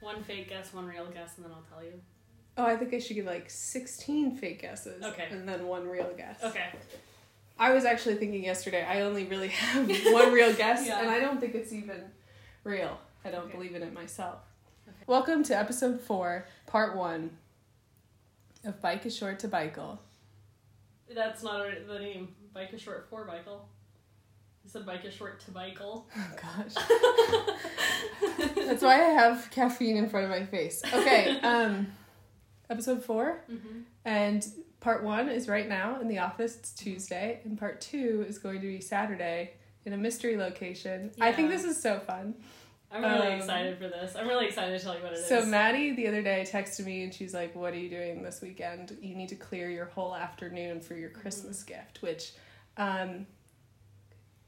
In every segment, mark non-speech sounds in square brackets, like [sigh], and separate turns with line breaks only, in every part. One fake guess, one real guess, and then I'll tell you.
Oh, I think I should give like 16 fake guesses.
Okay.
And then one real guess.
Okay.
I was actually thinking yesterday, I only really [laughs] have one real
[laughs]
guess,
Yeah.
and I don't think it's even real. I don't
Okay.
believe in it myself. Welcome to episode four, part one of Bike is Short to Bicycle. [laughs]
That's not a, the name. Bike is short for Michael. You said bike is short to Michael.
Oh
[laughs]
gosh. That's why I have caffeine in front of my face. Okay, um, episode four.
Mhm.
And part one is right now in the office. It's Tuesday, and part two is going to be Saturday in a mystery location. I think
Yeah.
this is so fun.
I'm really
Um,
excited for this. I'm really excited to tell you what it is.
so Maddie the other day texted me, and she's like, "What are you doing this weekend? You need to clear your whole afternoon for your
Mm-hmm.
Christmas gift." Which, um,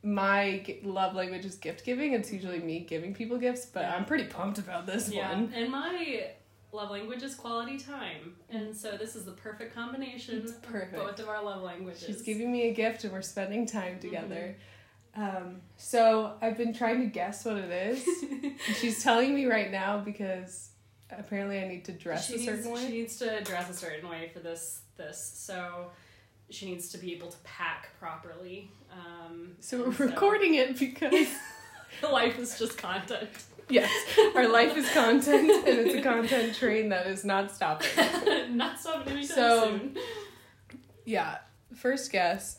my g- love language is gift giving. It's usually me giving people gifts, but
Yeah.
I'm pretty pumped about this
yeah.
one.
And my love language is quality time. And so this is the perfect combination
Mm. It's perfect.
of both of our love languages.
She's giving me a gift and we're spending
Mm-hmm.
time together. Um, so I've been trying to guess what
[laughs]
it is. And she's telling me right now because apparently I need to dress
she
a certain
needs,
way.
She needs to dress a certain way for this this. So she needs to be able to pack properly. Um,
so we're [laughs]
and so-
recording it because [laughs]
life is just content.
yes, our life is content and it's a content train that is not stopping.
[laughs] Not stopping anytime
So-
soon.
Yeah, first guess.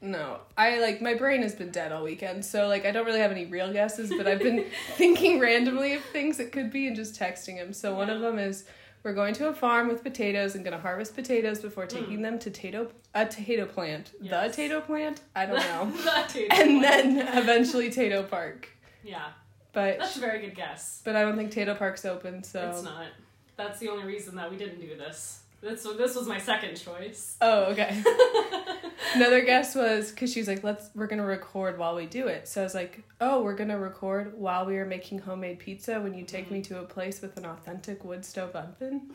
No, I like my brain has been dead all weekend, so like I don't really have any real guesses, but I've
[laughs]
been thinking randomly of things it could be and just texting him. So one of them is we're going to a farm with potatoes and gonna harvest potatoes before taking them to tato a tato plant,
Hmm. Yes.
the tato plant.
[laughs]
I don't know,
Not too-
and then eventually Tato Park,
yeah, that's
but
a very good guess.
but I don't think Tato Park's open, so
It's not. That's the only reason that we didn't do this. This this was my second choice. [laughs]
Oh, okay. [laughs] Another guess was because she's like, "Let's we're gonna record while we do it." So I was like, "Oh, we're gonna record while we are making homemade pizza when you take me to a place with an authentic wood stove oven."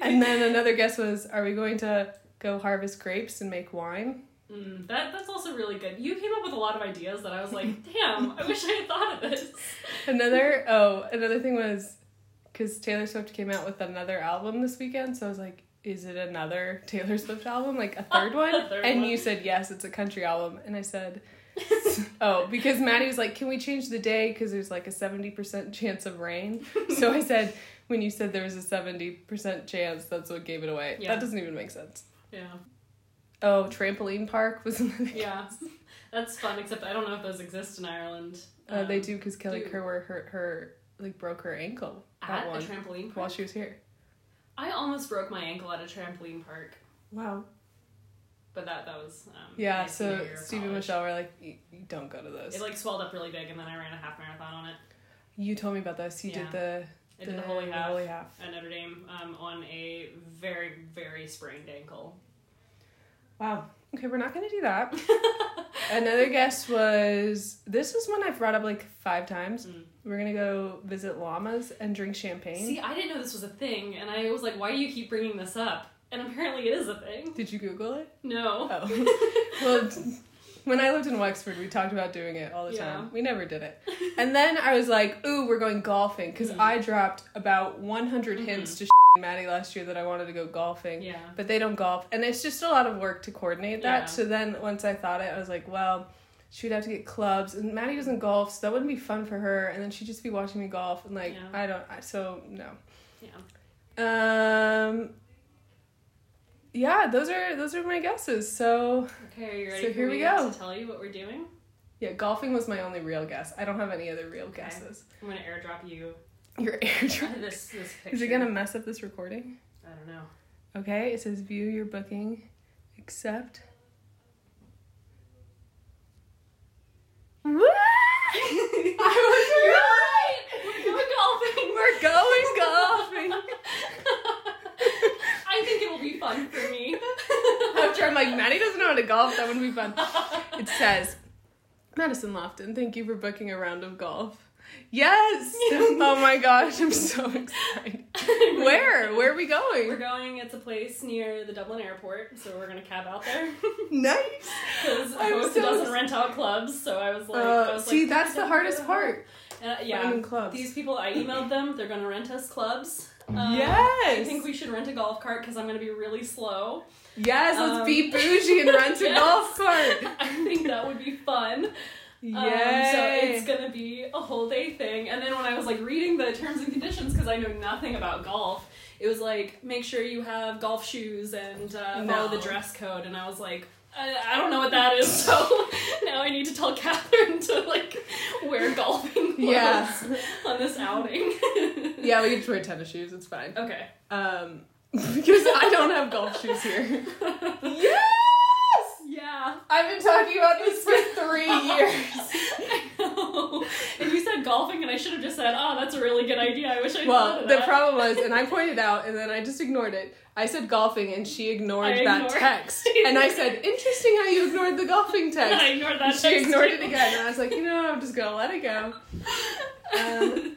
and then another guess was, "Are we going to go harvest grapes and make wine?"
Mm, that that's also really good. You came up with a lot of ideas that I was like,
[laughs]
damn, I wish I had thought of this.
Another oh, another thing was because Taylor Swift came out with another album this weekend, so I was like. Is it another [laughs] Taylor Swift album, like
[laughs]
a third one?
A third
and
one.
you said yes, it's a country album, and
[laughs]
I said, [laughs] Oh, because Maddie was like, "Can we change the day? Because there's like a seventy percent chance
[laughs]
of rain." so I said, "When you said there was a seventy percent chance, that's what gave it away.
Yeah.
That doesn't even make sense."
yeah,
Oh, trampoline park was [laughs] another.
yeah, that's fun. Except I don't know if those exist in Ireland.
Uh, they
Um,
do because Kelly
do.
Kerwer hurt her like broke her ankle
at
that
a
one
trampoline park.
while she was here.
I almost broke my ankle at a trampoline park,
Wow.
but that that was um,
Yeah.
my senior
So
year of
Steve and
college.
Michelle were like, "You you "Don't go to those."
It like swelled up really big, and then I ran a half marathon on it.
you told me about this. You
Yeah.
did the
I did the holy half
holy half.
at Notre Dame um, on a very very sprained ankle. [laughs]
Wow. Okay, we're not gonna do that. Another guess was this is one I've brought up like five times.
Mm.
We're gonna go visit llamas and drink champagne.
See, I didn't know this was a thing, and I was like, why do you keep bringing this up? And apparently, it is a thing.
Did you Google it?
No.
Oh.
[laughs]
well, t- when I lived in Wexford, we talked about doing it all the
Yeah.
time. We never did it. And then I was like, ooh, we're going golfing because
Mm.
I dropped about 100
Mm-hmm.
hints to Maddie last year that I wanted to go golfing.
Yeah.
But they don't golf. And it's just a lot of work to coordinate that.
Yeah.
So then once I thought it, I was like, well, she would have to get clubs. And Maddie doesn't golf, so that wouldn't be fun for her. And then she'd just be watching me golf. And like,
Yeah.
I don't, I, so no.
Yeah.
Um, yeah, those are those are my guesses. So
Okay, are you ready
So
for
here we
me
go.
to tell you what we're doing?
yeah, golfing was my only real guess. I don't have any other real guesses.
I'm gonna airdrop
[laughs]
you
Your airdrop.
this this picture.
Is it gonna mess up this recording?
I don't know.
Okay, it says view your booking, accept. [laughs] Woo! I
You're right.
[laughs]
We're
We're going
going golfing.
golfing.
[laughs] I think it'll be fun for me.
[laughs] After I'm like, Maddie doesn't know how to golf. Oh, That wouldn't
[laughs]
be fun. It says, Madison Lofton, thank you for booking a round of golf.
[laughs]
Yes! oh my gosh, I'm so excited. Where? Where are we
We're
going?
going. It's a place near the Dublin airport, so we're gonna cab out there. [laughs]
Nice.
Because
I'm
host
so-
doesn't rent out clubs, so I was like, I
Uh,
was like,
see, that's the
"Yeah,
hardest
yeah."
part.
Uh, yeah.
I'm in clubs.
These people, I emailed them. They're going to rent us clubs. Um,
yes.
I think we should rent a golf cart because I'm going to be really slow. [laughs]
yes, let's
um,
be bougie and
[laughs]
rent a
yes.
golf cart.
I think that would be fun.
Yay.
Um, so it's gonna be a whole day thing. And then when I was like reading the terms and conditions, because I know nothing about golf, it was like make sure you have golf shoes and uh, follow
No.
the dress code. And I was like, I, I don't know what that is. [laughs] So now I need to tell Catherine to like wear golfing [laughs] clothes
Yeah.
on this outing. [laughs]
yeah, we can just wear tennis shoes. It's fine.
Okay. [laughs]
Um, [laughs] because I don't have golf shoes here. Yes!
yeah.
I've been talking about this for
[laughs]
three years.
I [laughs] know. And you said golfing, and I should have just said, "Oh, that's a really good idea. I wish I." thought
Well,
of
the
that."
problem was, and I pointed out, and then I just ignored it. I said golfing, and she ignored
I
that
ignored- [laughs]
text. And I said, interesting how you ignored the golfing
And [laughs]
[laughs]
I
text.
ignored that.
She
text,
ignored
too.
it
[laughs]
again, and I was like, you know, I'm just gonna let it go. Um,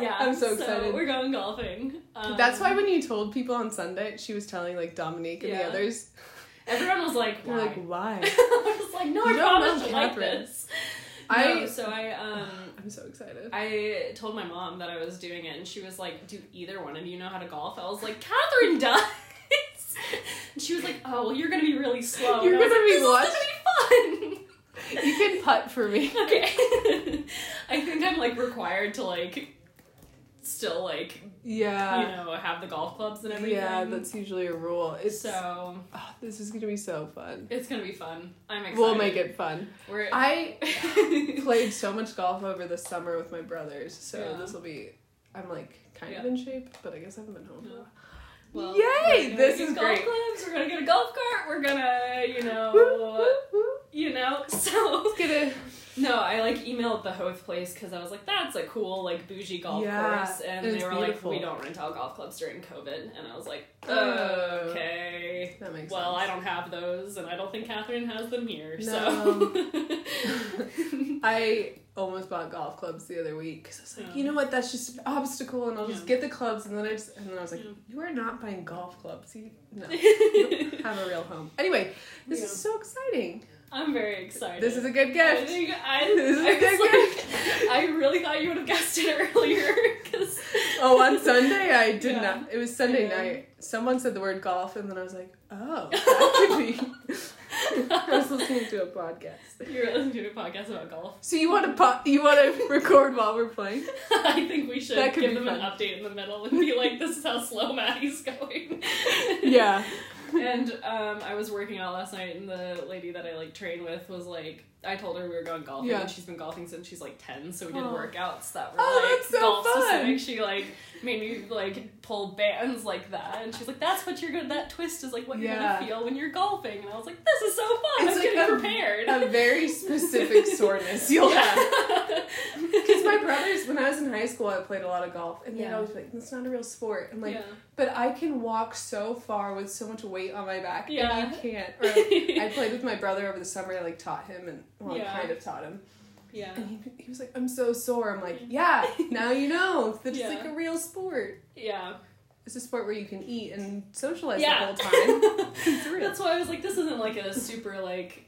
Yeah.
I'm so excited.
we're going golfing. Um,
That's why when you told people on Sunday, she was telling like Dominique and
Yeah.
the others.
everyone was like,
They're
why?
like, why?
[laughs] I was like, no, I
You don't
promise
know
you like
Catherine.
this. No,
I
so I um
I'm so excited.
I told my mom that I was doing it, and she was like, "Do either one of you know how to golf?" I was like, "Catherine [laughs] does." and she was like, "Oh, well, you're gonna be really slow."
You're
and I was
gonna be
like, this is gonna be fun. [laughs]
You can putt for me.
Okay. [laughs] I think I'm like required to like still like [laughs] you
Yeah.
know have the golf clubs and everything.
Uh, Yeah, that's usually a rule. It's
so
oh, this is gonna be so fun.
it's gonna be fun. I'm excited.
We'll make it fun.
We're [laughs]
I played so much golf over the summer with my brothers, so
Yeah.
this will be. I'm like kind of
Yeah.
in shape, but I guess I haven't been home.
Yeah.
Yay!
we're gonna
This
get
is
golf
great.
Clubs. We're gonna get a golf cart. We're gonna you
Woo,
know.
woo, woo.
You know, [laughs] so
Let's get it.
no, I like emailed the Hoth place because I was like, "That's a cool like bougie golf
Yeah,
course," and,
and it's
they were
beautiful.
like, "We don't rent out golf clubs during COVID," and I was like,
Oh.
"Okay."
That makes
Well, I
sense.
don't have those, and I don't think Catherine has them here. [laughs]
[laughs]
So,
I almost bought golf clubs the other week because I was like,
Yeah.
you know what? That's just an obstacle, and I'll just
Yeah.
get the clubs, and then I just, and then I was like,
Yeah.
you are not buying golf clubs. You no, you don't have a real home. Anyway, this
Yeah.
is so exciting.
[laughs] I'm very excited.
This is a good
I
gift.
think I,
[laughs] This is
I
a
was
good
like- I really thought you would have guessed it earlier [laughs]
[laughs]
because
Oh, on Sunday I did
Yeah.
not. It was Sunday
Yeah.
night. Someone said the word golf, and then I was like,
[laughs]
oh, that could be. I was listening to a podcast.
you were listening to a podcast about golf. [laughs]
So you want to po- you want to [laughs] record while we're playing?
I think we should
That could
give
be
them an
fun.
update in the middle and be like, "This is how slow Maddie's going."
Yeah.
and um, I was working out last night, and the lady that I like train with was like, I told her we were going golfing,
Yeah.
and she's been golfing since she's like ten, so we did
Oh.
workouts that were
Oh,
like
that's so
golf
fun.
specific. She like made me like pull bands like that, and she's like, "That's what you're gonna. That twist is like what you're
Yeah.
gonna feel when you're golfing." And I was like, "This is so fun.
It's
I'm
like
getting
a-
prepared."
A very
[laughs]
specific soreness you'll have. Because
Because [laughs]
my brothers, when I was in high school, I played a lot of golf, and they'd
Yeah.
always be like, "That's not a real sport." I'm like,
yeah.
"But I can walk so far with so much weight on my back,
Yeah.
and you can't."
[laughs]
Or like, I played with my brother over the summer. I like taught him, and well, I
Yeah.
kind of taught him,
yeah.
and he, he was like, "I'm so sore." I'm like, "Yeah,
[laughs]
now you know that
Yeah.
it's like a real sport.
Yeah.
It's a sport where you can eat and socialize
yeah.
the
[laughs]
whole time." It's real.
That's why I was like, this isn't like a super like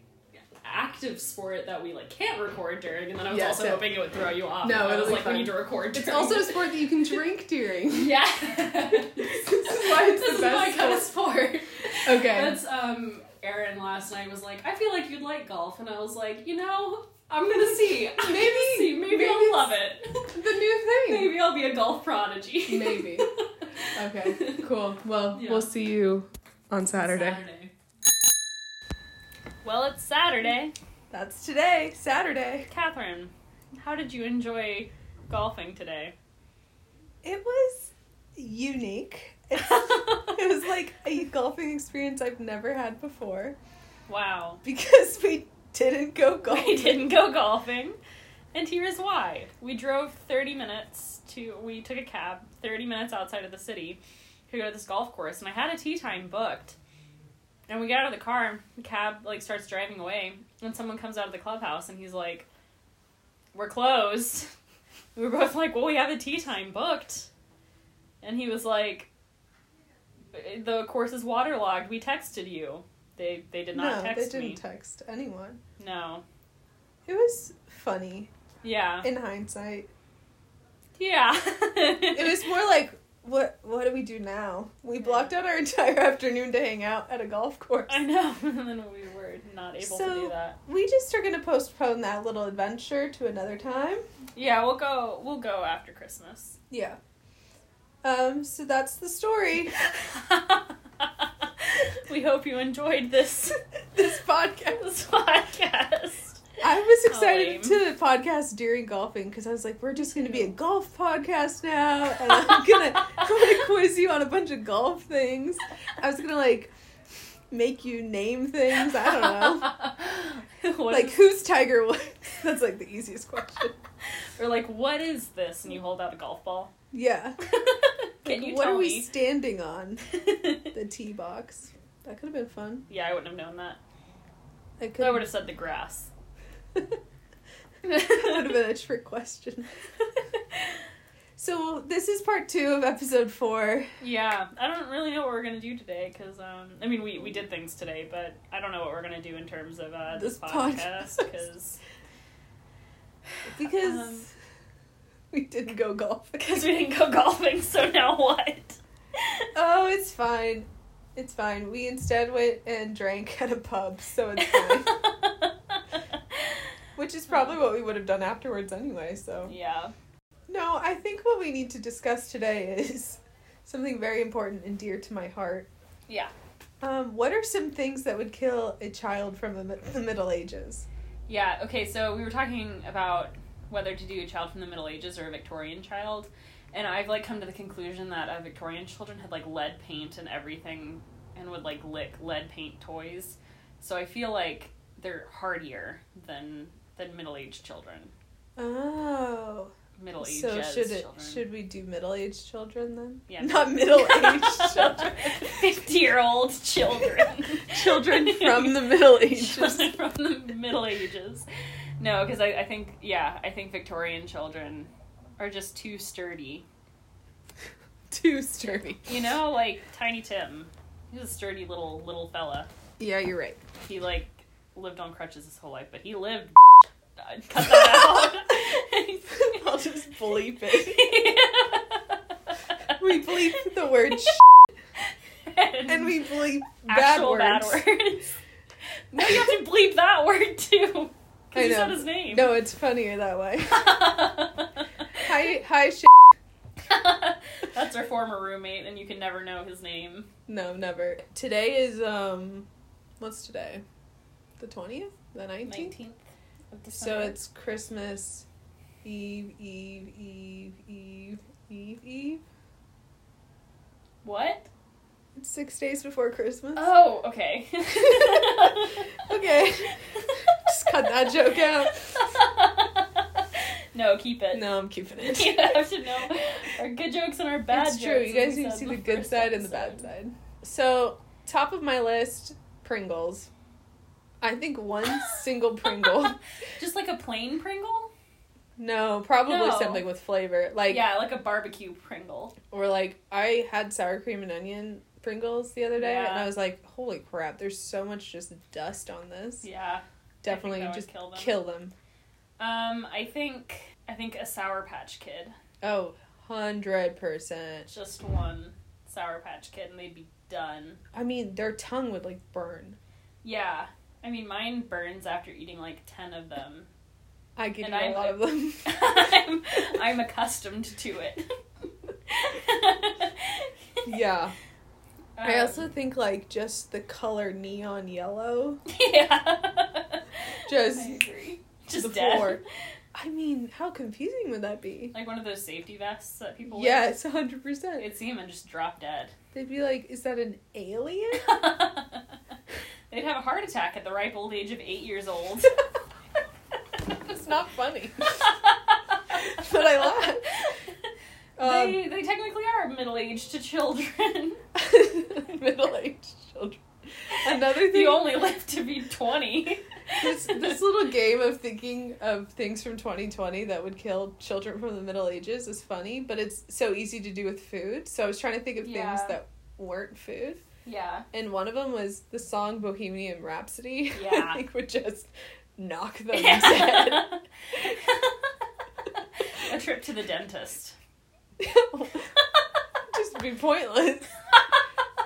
active sport that we like can't record during. And then I was
Yeah,
also
so-
hoping it would throw you off.
No,
And I
it'll
was
be
like,
fun.
we need to record. During.
It's also a sport that you can drink during.
[laughs] yeah.
[laughs] why it's
this is
the best
my kind of sport.
Okay.
That's um. Aaron last night was like, I feel like you'd like golf, and I was like, you know, I'm gonna see. [laughs] I'm gonna
Maybe-
see. maybe, I'll
maybe it's-
love it.
the new
[laughs]
thing.
maybe I'll be a golf prodigy.
Maybe.
[laughs]
Okay, cool. Well,
Yeah.
we'll see you on Saturday.
Well, it's Saturday.
That's today, Saturday.
Catherine, how did you enjoy golfing today? [laughs]
It was unique.
[laughs]
It's- [laughs] it was like a golfing experience I've never had before
wow.
because we didn't
[laughs]
go golfing.
We didn't go golfing, and here's why. We drove 30 minutes to, we took a cab 30 minutes outside of the city to go to this golf course, and I had a tea time booked. And we get out of the car, and the cab like starts driving away, and someone comes out of the clubhouse, and he's like, "We're closed." [laughs] We were both like, "Well, we have a tea time booked," and he was like, "The course is waterlogged. We texted you. They they did not
no,
text
they didn't
me.
text anyone.
no,
It was funny.
Yeah.
in hindsight.
yeah.
It was more like, what what do we do now? We blocked out our [laughs] entire afternoon to hang out at a golf course.
[laughs] I know. [laughs] and then we were not able to
So-
do that.
We just are gonna postpone that little adventure to another time.
Yeah, we'll go. We'll go after Christmas. [laughs]
Yeah. Um, so that's the story. [laughs]
we hope you enjoyed this [laughs]
this podcast.
this podcast.
I was
How
excited
lame.
to the podcast during golfing because I was like, we're just gonna be a golf
[laughs]
podcast now, and I'm gonna I'm gonna quiz you on a bunch of golf things. I was gonna like make you name things. I
[laughs]
don't know.
don't [laughs] know.
like who's Tiger [laughs] Woods? That's like the easiest question.
or like, what is this? And you hold out a golf ball.
Yeah.
Can
Like,
you
what
tell
are we
me?
standing on?
[laughs]
The tee box. That could have been fun.
yeah, I wouldn't have known that.
I
I
could
would have said the grass.
[laughs] that would have been a
[laughs]
trick question. So this is part two of episode four.
yeah, I don't really know what we're gonna do today because um, I mean we we did things today, but I don't know what we're gonna do in terms of uh, this,
This
podcast
podcast.
because
Because
Um.
we didn't go golfing.
because we didn't go golfing. So now what?
[laughs]
[laughs]
Oh, it's fine. It's fine. We instead went and drank at a pub, so
[laughs]
it's fine. Which is probably
Um,
what we would have done afterwards anyway, so.
yeah.
No, I think what we need to discuss today is something very important and dear to my heart.
Yeah.
Um, what are some things that would kill a child from the, mi- the Middle Ages?
Yeah, okay, so we were talking about whether to do a child from the Middle Ages or a Victorian child, and I've like come to the conclusion that uh, Victorian children had like lead paint and everything and would like lick lead paint toys. So I feel like they're hardier than than middle-aged children.
Oh,
Middle-aged
so should it
children.
should we do middle-aged children then?
Yeah. [laughs]
not middle-aged children. [laughs]
50-year-old children.
children from the Middle Ages.
Children [laughs] from the Middle Ages. No, because I, I think, yeah, I think Victorian children are just too sturdy.
Too sturdy.
You know, like Tiny Tim. He was a sturdy little little fella.
Yeah, you're right.
He like lived on crutches his whole life, but he lived. [laughs] Cut [laughs] that out.
[laughs] I'll just bleep it. [laughs] We bleep the [laughs] word sh-
and,
and we bleep bad
actual
words.
bad words. no, you have to bleep that word too.
I
Because you said
know.
his name. [laughs]
No, it's funnier that [laughs] way. hi, hi, sh-
That's our former roommate, and you can never know his name.
No, never. Today is um, what's today? The twentieth, the nineteenth.
Nineteenth of
So
December.
it's Christmas Eve, Eve, Eve, Eve, Eve, Eve.
what?
It's six days before Christmas.
Oh, okay.
[laughs] Okay. Just cut that joke
out. [laughs] No, keep it.
No, I'm keeping
[laughs]
it.
You have to know
[laughs]
our good jokes and our bad
it's
jokes.
true. You
as
guys
we
need to
said
see
in
the good
first
side and the
episode.
bad side. So, top of my list, Pringles. I think
[laughs]
one single Pringle.
Just like a plain Pringle?
No, probably
No.
something with flavor. Like
yeah, like a barbecue Pringle.
or like I had sour cream and onion Pringles the other day and
Yeah.
I was like, "Holy crap, there's so much just dust on this."
Yeah.
Definitely
that would
just
kill them.
kill them.
Um, I think I think a Sour Patch Kid.
Oh, 100%.
Just one Sour Patch Kid and they'd be done.
I mean, their tongue would like burn.
Yeah. I mean mine burns after eating like ten of
[laughs]
them.
I could
And
eat
I'm
a
like-
lot of them.
I'm [laughs]
[laughs]
I'm accustomed to it.
yeah. [laughs] I
Um, [laughs]
also think like just the color neon yellow,
Yeah.
just
I agree. Just
the
dead.
floor. I mean, how confusing would that be?
Like one of those safety vests that people wear.
Yes, hundred percent.
They'd see him and just drop dead.
[laughs]
[laughs]
They'd be like, "Is that an alien?" [laughs]
They'd have a heart attack at the ripe old age of eight years old.
it's not funny,
but
[laughs] but I laugh. [laughs] Um,
they, they technically are middle aged to children.
[laughs] Middle-aged children. Um, Another
[laughs]
thing.
You only live to be 20.
[laughs] this this little game of thinking of things from 2020 that would kill children from the Middle Ages is funny, but it's so easy to do with food. So I was trying to think of
Yeah.
things that weren't food.
Yeah.
and one of them was the song Bohemian Rhapsody. [laughs]
Yeah.
I think would just knock them dead.
[laughs] Yeah. trip to the dentist. [laughs]
Just be pointless.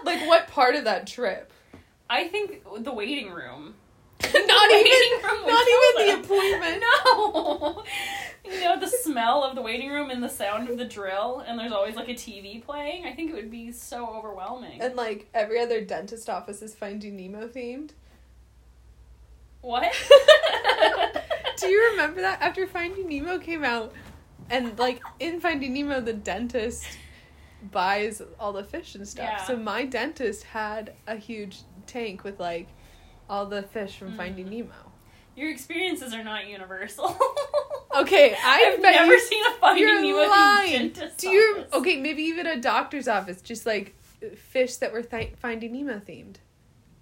Like what part of that trip?
I think the waiting room.
not even
waiting room would
not
kill
even the
them.
appointment.
[laughs] No. You know, the smell of the waiting room and the sound of the drill, and there's always like a TV playing. I think it would be so overwhelming.
And like every other dentist office is Finding Nemo themed.
What?
[laughs] Do you remember that after Finding Nemo came out, and like in Finding Nemo, the dentist buys all the fish and stuff.
Yeah.
So my dentist had a huge tank with like all the fish from
Mm.
Finding Nemo.
[laughs] Your experiences are not universal.
Okay, I
I've
bet
never
you-
seen a finding
You're
Nemo
lying.
dentist
Do you
office.
okay? Maybe even a doctor's office, just like fish that were th- Finding Nemo themed.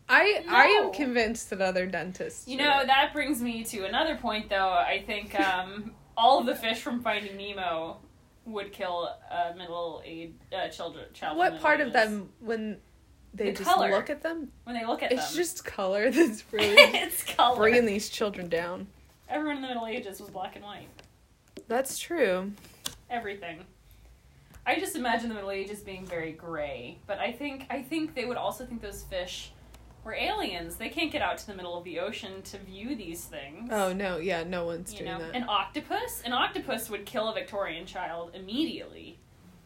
I I
No.
am convinced that other dentists.
You
do
know,
it.
that brings me to another point, though. I
[laughs]
think um, all of the fish from Finding Nemo would kill uh, middle age uh, children. Child
what
with
part
middle
of
ages.
them when they
The
just
color.
look at them?
when they look at
It's
them? [laughs]
just color [laughs] that's really
it's color.
bringing these children down.
Everyone in the Middle Ages was black and white.
That's true.
Everything. I just imagine the Middle Ages being very gray, but I think I think they would also think those fish were aliens. They can't get out to the middle of the ocean to view these things.
Oh no, yeah, no one's
you
doing
know,
that.
an octopus. An octopus would kill a Victorian child immediately.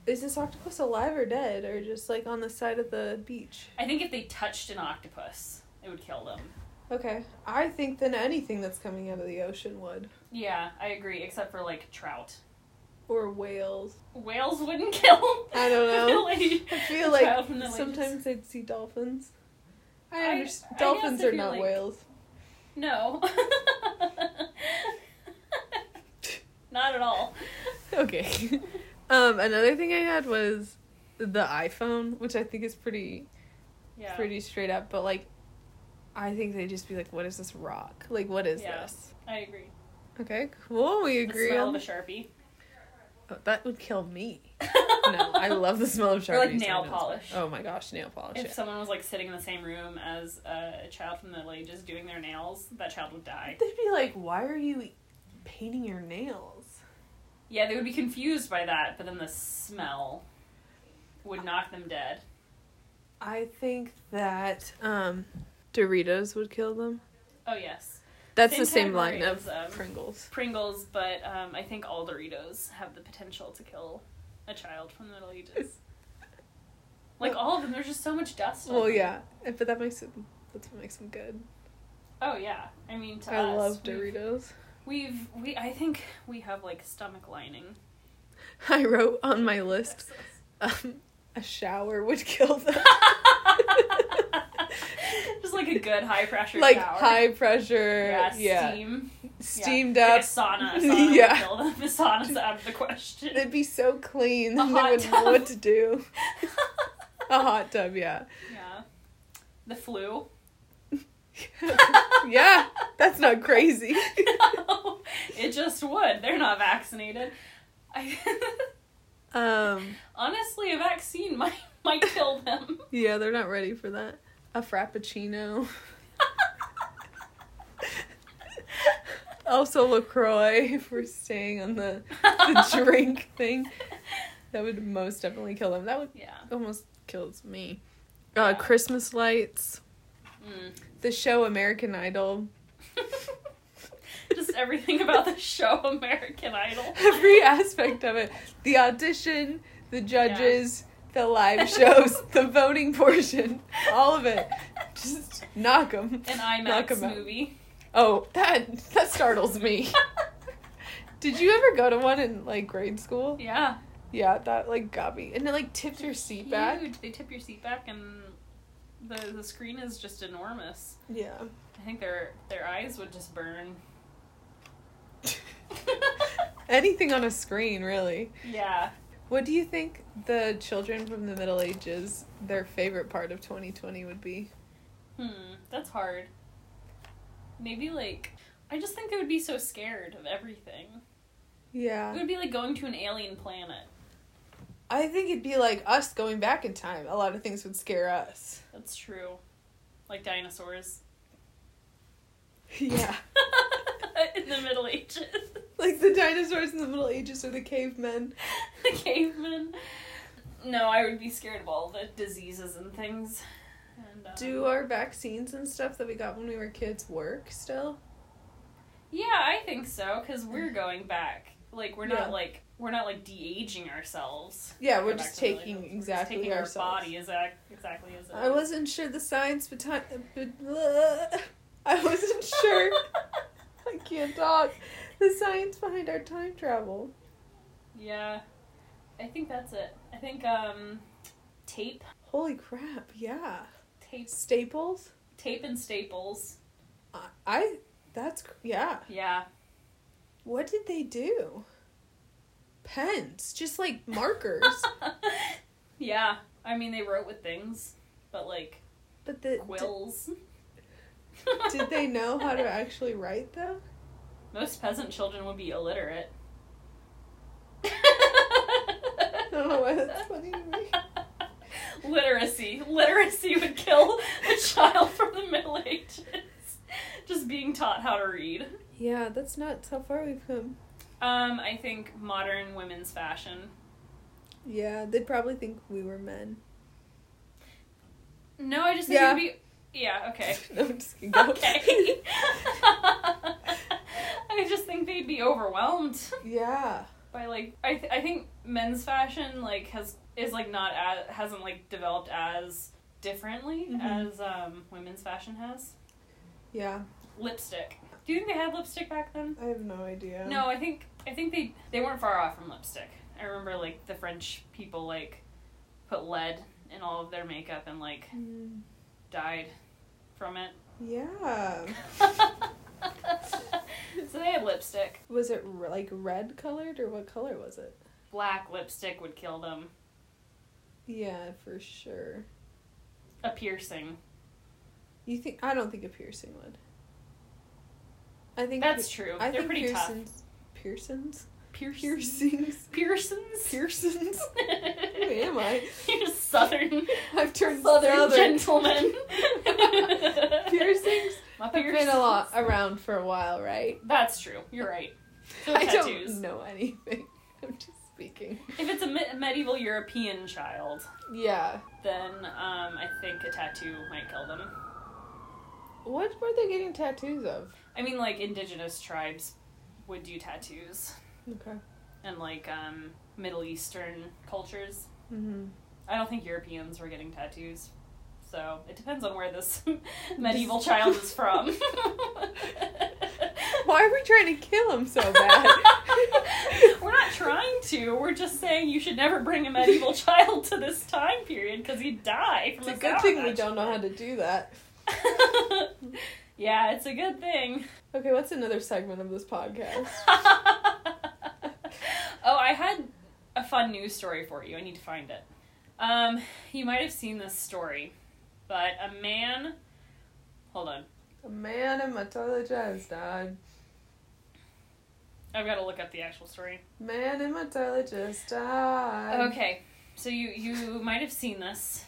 Is this octopus alive or dead, or just like on the side of the beach?
I think if they touched an octopus, it would kill them.
Okay, I think then anything that's coming out of the ocean would,
Yeah, I agree. Except for like trout,
or whales.
whales wouldn't [laughs] kill.
I
[laughs]
don't know.
the Middle Age-
I
a
feel like
child from the Middle Ages.
sometimes they'd see dolphins. I
I-
understand.
I
dolphins
guess if
are
you're,
not
like- [laughs]
whales.
No. [laughs] Not at all.
Okay. [laughs] um, another thing I had was the iPhone, which I think is pretty
Yeah.
pretty straight up, but like I think they'd just be like, What is this rock? Like what is
Yeah.
this?
I agree.
Okay, cool, we
The
agree.
smell
on-
of a sharpie.
Oh, that would kill me. [laughs]
[laughs]
No, I love the smell of Sharpies.
Or like nail
sometimes.
polish.
Oh my gosh, nail polish.
If
yeah.
someone was like sitting in the same room as uh, a child from the Middle Ages doing their nails, that child would die.
They'd be like, Why are you e-, painting your nails?
Yeah, they would be confused by that, but then the smell would knock them dead.
I think that um Doritos would kill them.
Oh yes,
That's
Same
the same
category
line of
as, um,
Pringles.
Pringles, but um, I think all Doritos have the potential to kill a child from the Middle Ages.
[laughs]
Like all of them, there's just so much dust. on
Well
them.
yeah. But that makes it that's what makes them good.
Oh yeah, I mean to
I
us,
love
we've-
Doritos. [laughs]
We've we I think we have like stomach lining.
I wrote on my list um, a shower would kill them.
[laughs] Just like a good high pressure
like
shower.
high pressure,
yeah,
yeah,
steam.
steamed
yeah.
up.
Like a sauna.
[laughs]
A sauna
Yeah.
yeah. Kill them. The sauna's out of the question.
They'd be so clean,
A
[laughs] they
hot
wouldn't know
tub.
what to do. A hot tub, yeah,
[laughs]
[laughs]
yeah. The flu.
yeah. That's not crazy.
[laughs] no, it just would. They're not vaccinated. I, [laughs]
Um,
honestly, a vaccine might [laughs] might kill them.
yeah, they're not ready for that. A frappuccino, [laughs] also Lacroix. If we're staying on the
[laughs]
the drink thing, that would most definitely kill them. That would
yeah.
almost kills me.
Yeah.
Uh, Christmas lights,
Mm. [laughs]
the show American Idol. [laughs]
Just everything about the show [laughs] American Idol.
Every aspect of it. The audition, the judges, the live shows, [laughs] the voting portion, all
[laughs]
of it. Just knock them.
An
Knock 'em
IMAX
out.
movie. [laughs]
Oh, that that startles me. [laughs] Did you ever go to one in like grade school?
Yeah.
Yeah, that like got me. And it like tipped your seat back.
Huge. They tip your seat back and the the screen is just enormous.
Yeah. [laughs]
I think their their eyes would just burn. [laughs]
Anything on a screen, really.
yeah.
What do you think the children from the Middle Ages, their favorite part of 2020 would be?
Hmm. That's hard. Maybe like I just think they would be so scared of everything. It
Yeah.
would be like going to an alien planet.
I think it'd be like us going back in time. A lot of things would scare us.
That's true. Like dinosaurs.
[laughs] Yeah.
[laughs] in the Middle Ages. [laughs]
Like the dinosaurs in the Middle Ages or the cavemen.
the cavemen. No, I would be scared of all the diseases and things. And, um,
Do our vaccines and stuff that we got when we were kids work still?
Yeah, I think so because we're going back. Like we're not
Mm. Yeah.
like we're not like de aging ourselves.
Yeah,
Go
we're
back
just
to the- like,
taking
we're just
exactly
taking our
ourselves.
body exact, exactly as it
I
is.
wasn't sure the science behind. [laughs] I wasn't sure. [laughs] I can't talk. The science behind our time travel.
yeah, I think that's it. I think um, tape,
Holy crap! Yeah,
tape,
staples.
tape, and staples.
I, I that's cr- yeah.
Yeah, [laughs]
What did they do? Pens, just like
[laughs]
markers.
yeah. I mean, they wrote with things, but like
but the
quills.
Did, did they know
[laughs]
how to actually write though?
Most peasant children would be illiterate.
I don't know why Oh, [laughs] that's funny to me.
[laughs] Literacy. Literacy would kill a child from the Middle Ages. Just being taught how to read.
Yeah, that's nuts. How far we've come.
Um, I think modern women's fashion.
Yeah, they'd probably think we were men.
No, I just think
Yeah.
it'd be. Yeah, okay.
[laughs] no, I'm just kidding. Go.
Okay. [laughs] I just think they'd be overwhelmed
[laughs] yeah.
by like I th- I think men's fashion like has is like not as hasn't like developed as differently
Mhm.
as um women's fashion has.
Yeah.
Lipstick. Do you think they had lipstick back then?
I have no idea.
No, I think I think they they weren't far off from lipstick. I remember like the French people like put lead in all of their makeup and like
Mm,
died from it. [laughs]
Yeah.
so they had lipstick.
Was it r- like red colored or what color was it?
Black lipstick would kill them.
Yeah, for sure.
A piercing.
You think? I don't think a piercing would. I think
That's true.
I
They're
think
pretty
piercings, Piercings.
tough. Piercings.
Piercings.
Piercings.
Piercings. Who am I?
[laughs] You're southern,
I've turned
southern,
southern.
gentleman.
[laughs] piercings
My
have been a lot around for a while, right?
That's true. You're right. So
I
tattoos.
don't know anything. [laughs] I'm just speaking.
If it's a me- medieval European child,
Yeah.
then um, I think a tattoo might kill them.
What were they getting tattoos of?
I mean, like indigenous tribes would do tattoos,
Okay.
and like um, Middle Eastern cultures.
Mm-hmm.
I don't think Europeans were getting tattoos, so it depends on where this [laughs] medieval child is from.
[laughs] Why are we trying to kill him so [laughs] bad?
we're not trying to. We're just saying you should never bring a
[laughs]
medieval child to this time period because he'd die. From
it's a good thing we don't know how to do that.
sabotage. [laughs] yeah, it's a good thing.
Okay, what's another segment of this [laughs] podcast?
[laughs] oh, I had a fun news story for you. I need to find it. Um, you might have seen this story, but a man. Hold on.
A man in my toilet just died.
I've got to look up the actual story.
Man in my toilet just died.
Okay, so you you might have seen this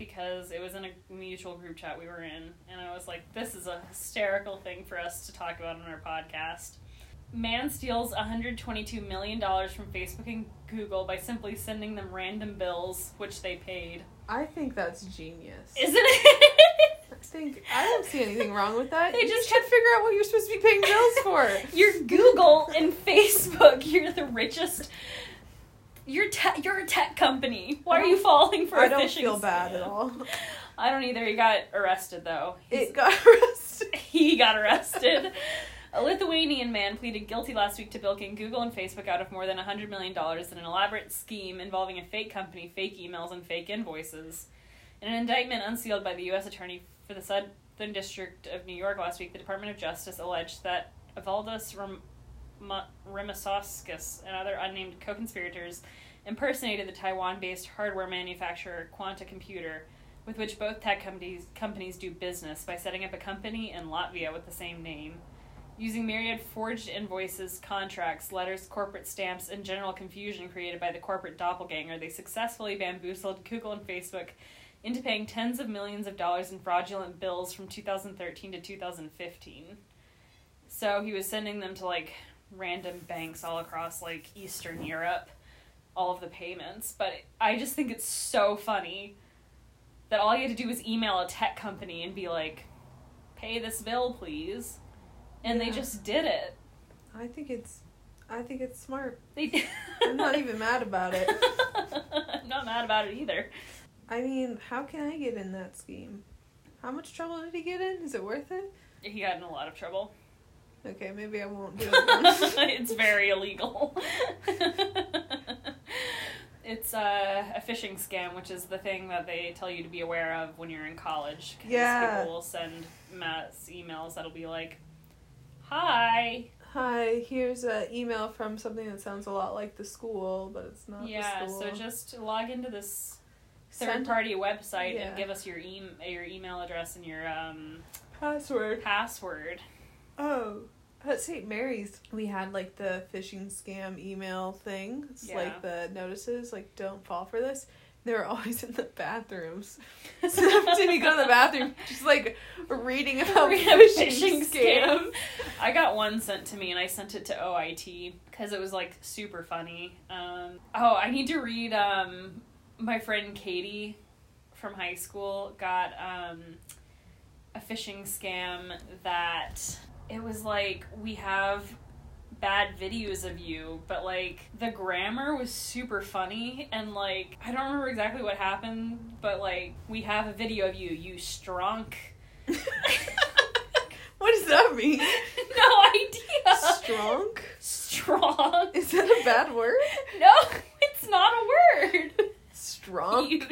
because it was in a mutual group chat we were in, and I was like, "This is a hysterical thing for us to talk about on our podcast." Man steals 122 million dollars from Facebook and Google by simply sending them random bills, which they paid.
I think that's genius.
Isn't it? [laughs]
I think I don't see anything wrong with that.
They
you
just-
should figure out what you're supposed to be paying bills for.
[laughs] You're Google and Facebook. You're the richest. You're te- you're a tech company. Why are you falling for?
I
a
don't
phishing
feel bad
scam?
at all.
I don't either. He got arrested though. He's-
It got [laughs]
[laughs]
arrested.
he got arrested. A Lithuanian man pleaded guilty last week to bilking Google and Facebook out of more than $100 million in an elaborate scheme involving a fake company, fake emails, and fake invoices. In an indictment unsealed by the U.S. Attorney for the Southern District of New York last week, the Department of Justice alleged that Evaldas Rim- Ma- Rimasowskis and other unnamed co conspirators impersonated the Taiwan based hardware manufacturer Quanta Computer with which both tech companies companies do business by setting up a company in Latvia with the same name. Using myriad forged invoices, contracts, letters, corporate stamps, and general confusion created by the corporate doppelganger, they successfully bamboozled Google and Facebook into paying tens of millions of dollars in fraudulent bills from 2013 to 2015. So he was sending them to like random banks all across like Eastern Europe, all of the payments. But I just think it's so funny that all you had to do was email a tech company and be like, "Pay this bill, please," and they
Yeah.
just did it.
I think it's, I think it's smart.
They. [laughs]
I'm not even mad about it.
I'm not mad about it either.
I mean, how can I get in that scheme? How much trouble did he get in? Is it worth it?
He got in a lot of trouble.
Okay, maybe I won't do [laughs] it. then.
[laughs] it's very illegal. [laughs] it's uh, a phishing scam, which is the thing that they tell you to be aware of when you're in college. 'cause
Yeah.
People will send mass emails that'll be like, "Hi,
Hi, here's an email from something that sounds a lot like the school, but it's not
yeah,
the school.
so just log into this
Send
third-party website
Yeah.
and give us your e- your email address and your um,
password.
password."
[laughs]
[laughs]
Oh, at St. Mary's, we had like the phishing scam email thing. It's
Yeah.
like the notices, like don't fall for this. They were [laughs] always in the bathrooms. [laughs] So after we go to the bathroom, just like reading [laughs] about
We have
phishing,
phishing
scam.
scam. I got one sent to me and I sent it to OIT because it was like super funny. Um, oh, I need to read um, my friend Katie from high school got um, a phishing scam that it was like we have bad videos of you but like the grammar was super funny and like i don't remember exactly what happened but like we have a video of you you strunk
[laughs] what does that mean?
[laughs] no idea.
Strong?
Strong.
Is that a bad word?
[laughs] No, it's not a word. [laughs]
Strong? You,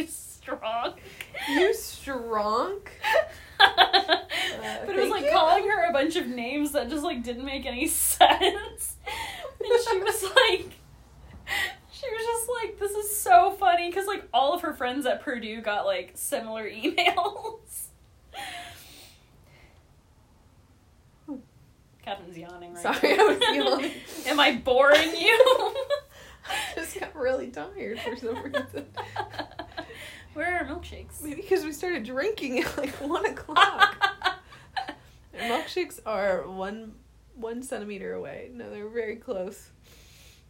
You strong.
strong?
but it was
Uh, thank
like
you.
calling her a bunch of names that just like didn't make any [laughs] sense. And she was [laughs] like she was just like this is so funny cuz like all of her friends at Purdue got like similar [laughs] emails. Catherine's yawning right
Sorry,
now.
I was yawning.
[laughs] Am I boring you?
I just got really tired [laughs] for some reason.
[laughs] Where are our milkshakes?
Maybe because we started drinking at like [laughs]
[laughs]
1 o'clock. Milkshakes are one one centimeter away. No, they're very close.
[laughs]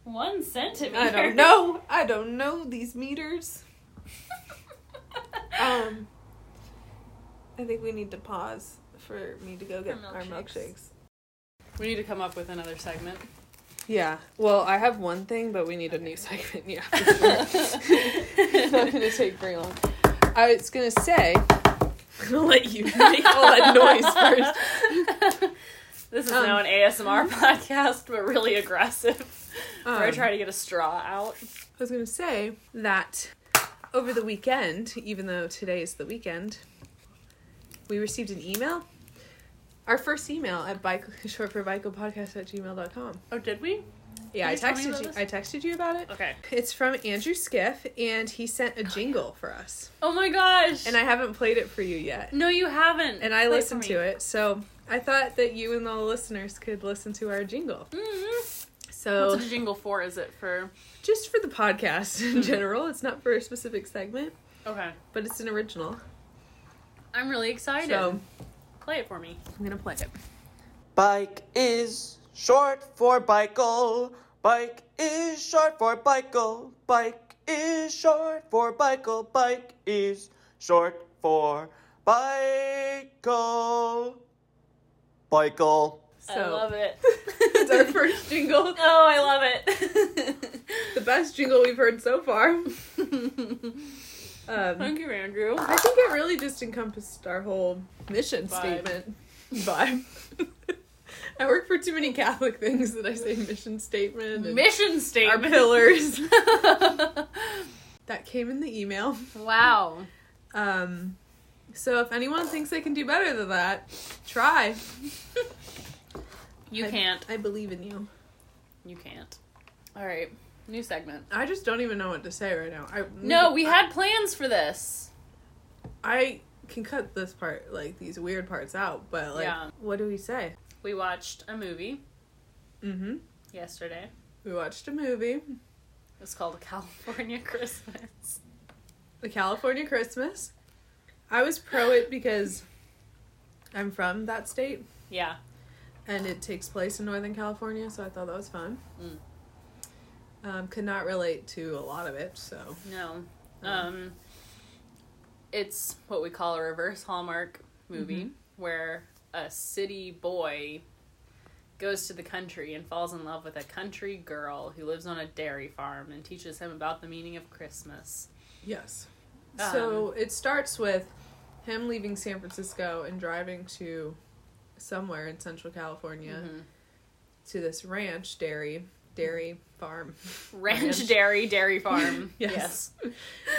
One centimeter.
I don't know. I don't know these meters. Um, I think we need to pause for me to go get
For
our
milkshakes.
milkshakes.
we need to come up with another segment.
Yeah. Well, I have one thing, but we need a new segment.
[laughs]
Yeah. [laughs] it's not gonna take very long. I was gonna say. [laughs] I'm gonna let you make all
[laughs]
that noise first.
This is
Um.
now an ASMR podcast, but really aggressive. Where I
Um,
try to get a straw out.
I was going to say that over the weekend, even though today is the weekend, we received an email. Our first email at bike, short for podcast at gmail.com.
Oh, did we?
Yeah, I
you tell me
texted
about
you.
this?
I texted you about it.
Okay.
It's from Andrew Skiff, and he sent a jingle for us.
Oh my gosh.
And I haven't played it for you yet.
no, you haven't.
And I listened to it, so I thought that you and all the listeners could listen to our jingle.
Mm-hmm.
So
What's a jingle for? Is it for?
just for the
[laughs]
podcast in general, it's not for a specific segment,
Okay.
but it's an original.
I'm really excited.
So
Play it for me.
I'm gonna play it.
Bike is short for bicycle. Bike is short for bicycle. Bike is short for bicycle. Bike is short for bicycle. Bicycle.
So
I love
[laughs]
it.
it's our first jingle,
[laughs] Oh, I love it.
[laughs] the best jingle we've heard so far. Um,
[laughs] Thank you, Andrew.
I think it really just encompassed our whole mission
Vibe.
statement. Vibe. [laughs] I work for too many Catholic things that I say mission statement and
Mission
our
statement. [laughs]
pillars. [laughs] that came in the email.
wow.
Um, so if anyone thinks they can do better than that,
[laughs]
try.
You
I-
can't.
I believe in you.
You can't. All right. New segment.
I just don't even know what to say right now. I
No, we had plans for this.
I can cut this part, like these weird parts out, but like,
Yeah.
what do we say?
We watched a movie
Mm-hmm.
yesterday.
We watched a movie,
It's called California [laughs] Christmas.
The California Christmas. I was pro it because I'm from that state,
Yeah.
and it takes place in Northern California, so I thought that was fun.
Mm.
Um, could not relate to a lot of it, so
No. Um, it's what we call a reverse Hallmark movie where a city boy goes to the country and falls in love with a country girl who lives on a dairy farm and teaches him about the meaning of Christmas.
yes.
Um,
so it starts with him leaving San Francisco and driving to somewhere in Central California
Mhm.
to this ranch dairy dairy farm,
Ranch,
Ranch.
Dairy Dairy [laughs] Farm.
Yes.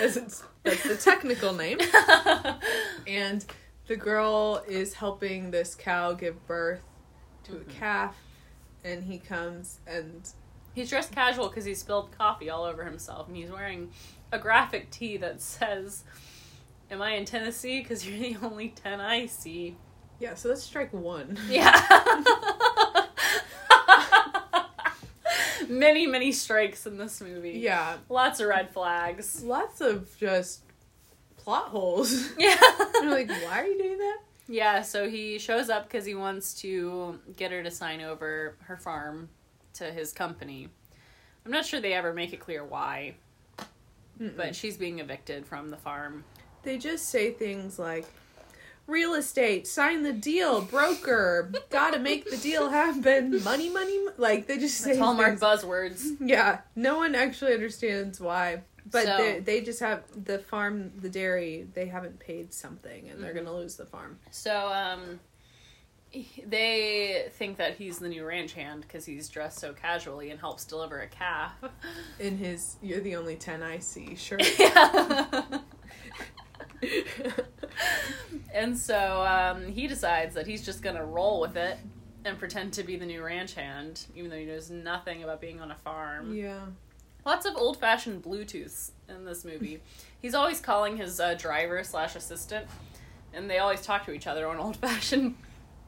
as it's that's the technical name.
yes.
and the girl is helping this cow give birth to
Mm-hmm.
a calf and he comes and
[laughs] He's dressed casual because he spilled coffee all over himself, and he's wearing a graphic tee that says, "Am I in Tennessee? Because you're the only ten I see."
yeah so that's strike one
Yeah. [laughs] many, many strikes in this movie.
[laughs] yeah
Lots of red flags.
lots of just plot holes [laughs]
[laughs] Yeah.
you're like why are you doing that
yeah. So he shows up because he wants to get her to sign over her farm to his company. I'm not sure they ever make it clear why, but she's being evicted from the farm.
they just say things like real estate sign the deal broker gotta make the deal happen money money mo-" like they just say
It's Hallmark
things-
buzzwords.
Yeah, no one actually understands why. But
So-
they they just have the farm, the dairy, they haven't paid something and they're going to lose the farm.
So um, he- they think that he's the new ranch hand because he's dressed so casually and helps deliver a calf.
In his You're the Only 10 I See shirt.
Yeah. and so um, he decides that he's just gonna roll with it and pretend to be the new ranch hand, even though he knows nothing about being on a farm.
yeah.
Lots of old fashioned Bluetooth in this [laughs] movie. He's always calling his uh, driver slash assistant, and they always talk to each other on old [laughs] fashioned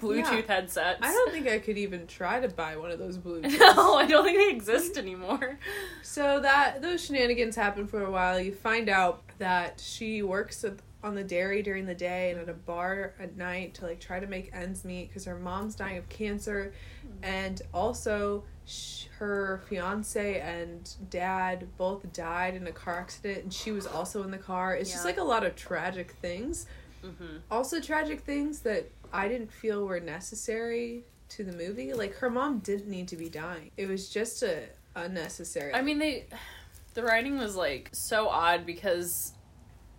Bluetooth headsets. [laughs]
I don't think I could even try to buy one of those blue.
No, I don't think they exist anymore.
So that those shenanigans happen for a while. You find out that she works at, on the dairy during the day and at a bar at night to like try to make ends meet because her mom's dying of cancer, and also sh- her fiance and dad both died in a car accident, and she was also in the car. It's just
Yeah.
like a lot of tragic things.
Mhm.
Also tragic things that I didn't feel were necessary to the movie. Like her mom didn't need to be dying. It was just a unnecessary.
I mean, they. The writing was like so odd because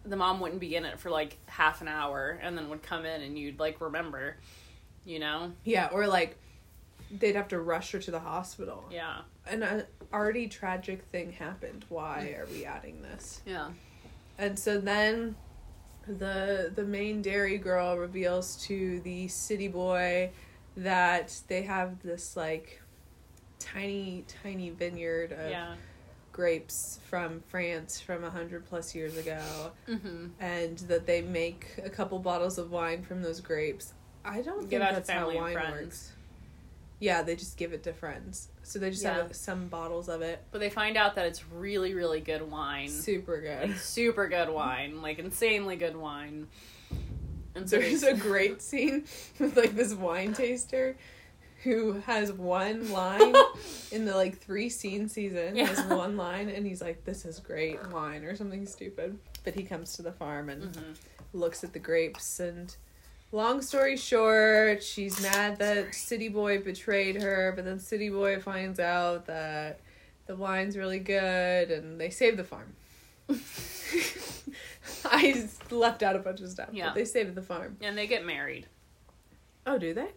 the mom wouldn't be in it for like half an hour and then would come in and you'd like remember, you know?
Yeah, or like they'd have to rush her to the hospital.
Yeah.
And an already tragic thing happened. Why are we adding this?
Yeah.
And so then the the main dairy girl reveals to the city boy that they have this like tiny tiny vineyard of
Yeah.
grapes from France from a hundred plus years ago
Mm-hmm.
and that they make a couple bottles of wine from those grapes. I don't
Give
think
out to
that's how
family and
wine
friends.
works. Yeah, they just give it to friends. So they just
Yeah.
have some bottles of it.
But they find out that it's really, really good wine.
Super good. [laughs]
Like, super good wine. Like, insanely good wine. And so
There's
they-
a great scene with like this wine taster who has one line in the like three scene season
Yeah.
has one line and he's like this is great wine or something stupid but he comes to the farm and
Mhm.
looks at the grapes and long story short she's mad that city boy betrayed her but then city boy finds out that the wine's really good and they save the [laughs] farm i just left out a bunch of stuff
Yeah.
but they saved the farm
[laughs] And they get married.
oh do they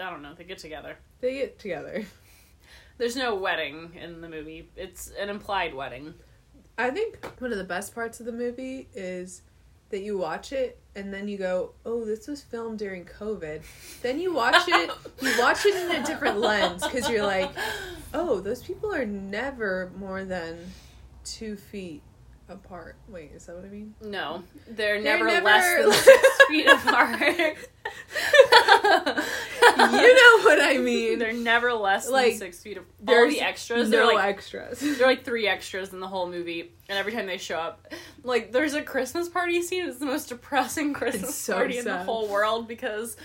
I don't know. They get together.
they get together
There's no wedding in the movie. It's an implied wedding.
i think one of the best parts of the movie is that you watch it and then you go oh this was filmed during covid then you watch it you watch it in a different lens because you're like Oh, those people are never more than two feet apart. Wait, is that what I mean?
No, they're,
They're
never, less than six feet apart.
[laughs] you know what I mean.
they're never less
Like,
than six feet apart. All
there's
the extras,
no
they're like
extras.
they're like three extras in the whole movie, and every time they show up, like there's a Christmas party scene. It's the most depressing [laughs] Christmas
so
party in the
sad.
whole world because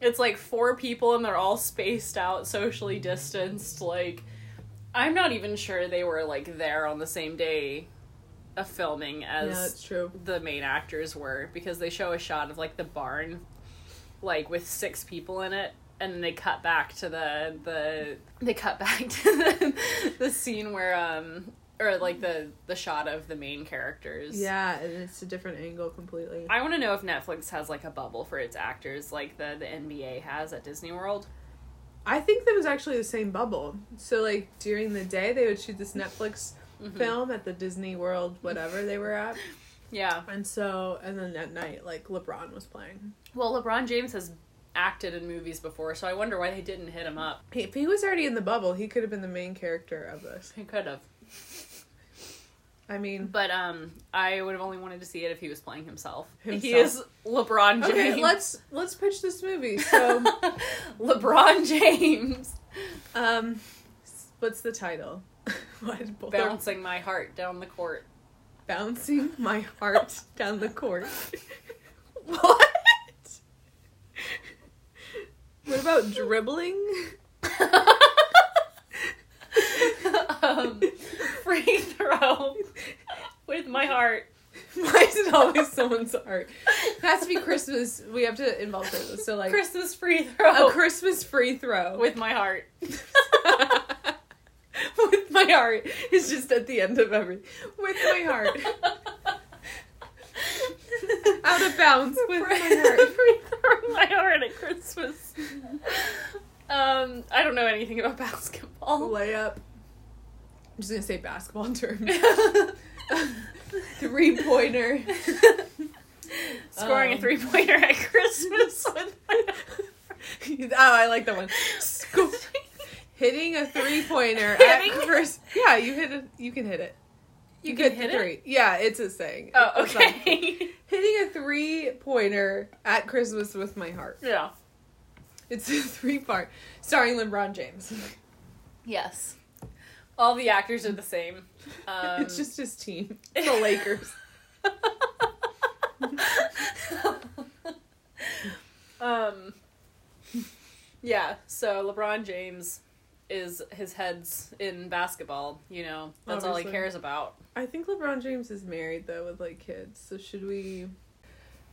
It's like four people and they're all spaced out, socially distanced. Like, I'm not even sure they were like there on the same day of filming
yeah,
as
it's true.
the main actors were because they show a shot of like the barn like with six people in it and then they cut back to the the they cut back [laughs] to the, the scene where um or like the the shot of the main characters
Yeah, and it's a different angle completely.
i want to know if netflix has like a bubble for its actors like the the nba has at disney world
I think that was actually the same bubble. So like during the day, they would shoot this Netflix
Mm-hmm.
film at the Disney World, whatever they were at,
yeah
and so and then at night, like LeBron was playing.
well lebron james has acted in movies before so i wonder why they didn't hit him up
He, if he was already in the bubble, he could have been the main character of this.
he could have
I
[laughs]
mean,
But um, I would have only wanted to see it if he was playing himself. He
Himself.
is LeBron James. [laughs]
okay, let's let's pitch this movie. So,
LeBron James
um, s- what's the title? [laughs] Why did both our-
bouncing my heart down the
[laughs]
court.
bouncing my heart down the court. what? What about dribbling? [laughs]
um, free throw [laughs] with my heart.
Why is it always someone's art? It has to be Christmas. We have to involve Christmas. So like
Christmas free
a
throw
Christmas free throw
with my heart.
[laughs] with my heart is just at the end of everything. With my heart, [laughs] out of bounds. With my
[laughs]
heart.
free throw my heart at Christmas. Um, I don't know anything about basketball.
Layup. I'm just gonna say basketball in [laughs] terms. Three pointer.
[laughs] Scoring
Um.
a three pointer at
[laughs]
Christmas with my
[laughs] oh, I like that one. Sco- hitting a three pointer at
Hitting?
first. Yeah, you hit it. You can hit it.
You
get
can
the
hit it?
Yeah, it's a saying.
[laughs] Oh,
It's not-
okay. [laughs]
Hitting a three pointer at Christmas with my heart.
yeah.
It's a three part starring LeBron James. [laughs]
Yes. All the actors are the same. Um,
[laughs] it's just his team, the Lakers.
[laughs] um. Yeah. So LeBron James is his head's in basketball. You know, that's all
Obviously.
he cares about.
I think LeBron James is married though with like kids. So should we?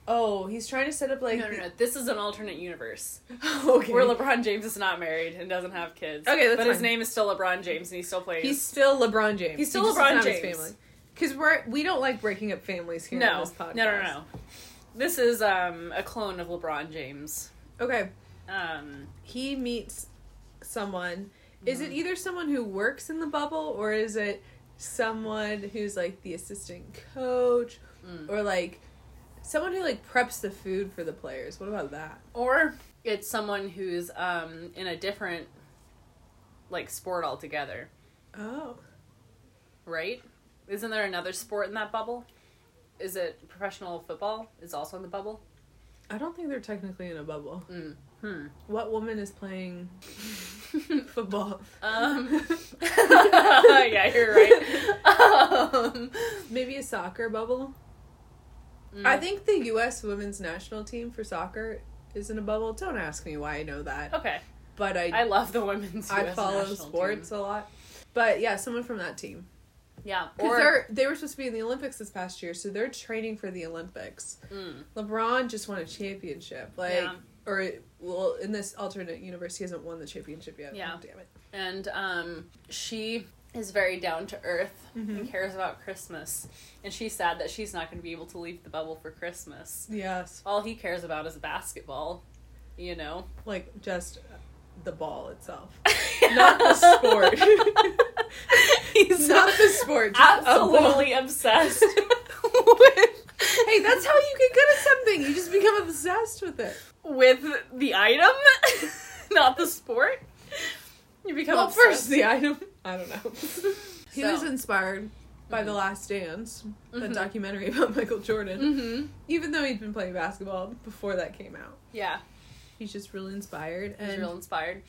Oh, he's trying to set up like.
no, no, no. This is an alternate universe
[laughs] okay.
where LeBron James is not married and doesn't have kids.
Okay, that's
but his
fine.
name is still LeBron James, and he still plays.
He's still LeBron James.
He's still
He just
LeBron
doesn't have
James.
Because we're we don't like breaking up families here on
no,
this podcast.
no, no, no. This is um a clone of LeBron James.
Okay,
Um,
he meets someone. Is
Mm-hmm.
it either someone who works in the bubble or is it someone who's like the assistant coach
Mm.
or like someone who like preps the food for the players? What about that?
or it's someone who's um in a different like sport altogether,
Oh,
right? Isn't there another sport in that bubble? Is it professional football? Is also in the bubble?
I don't think they're technically in a bubble.
Mm. Hmm.
[laughs]
[laughs]
What woman is playing football? [laughs]
Um. [laughs] yeah, you're right. Um,
Maybe a soccer bubble.
mm.
I think the U.S. women's national team for soccer is in a bubble. Don't ask me why I know that,
Okay,
but
Oh, I
I
love the women's.
I,
US
follow
national team.
sports a lot. But yeah, someone from that team.
Yeah,
Or
or
they're, they were supposed to be in the Olympics this past year, so they're training for the Olympics.
Mm.
LeBron just won a championship, like,
Yeah.
or well, in this alternate universe, he hasn't won the championship yet.
Yeah.
Oh, damn it.
and um, she is very down to earth
Mm-hmm.
and cares about Christmas. And she's sad that she's not going to be able to leave the bubble for Christmas.
Yes,
All he cares about is basketball, you [laughs] know.
like just the ball [laughs] itself, not the sport,
[laughs] He's
not
[laughs]
the sport. just a ball.
absolutely [laughs] obsessed.
Hey, that's how you get good at something. You just become obsessed with [laughs] it.
with the item, [laughs] not the sport. You become
well,
obsessed.
first the item. I don't know. [laughs] Mm-hmm. He
So.
was inspired by The Last Dance, that documentary about [laughs] Michael Jordan.
Mm-hmm.
Even though he'd been playing basketball before that came out,
Yeah,
he's just really inspired.
he's
And
real
[laughs]
inspired,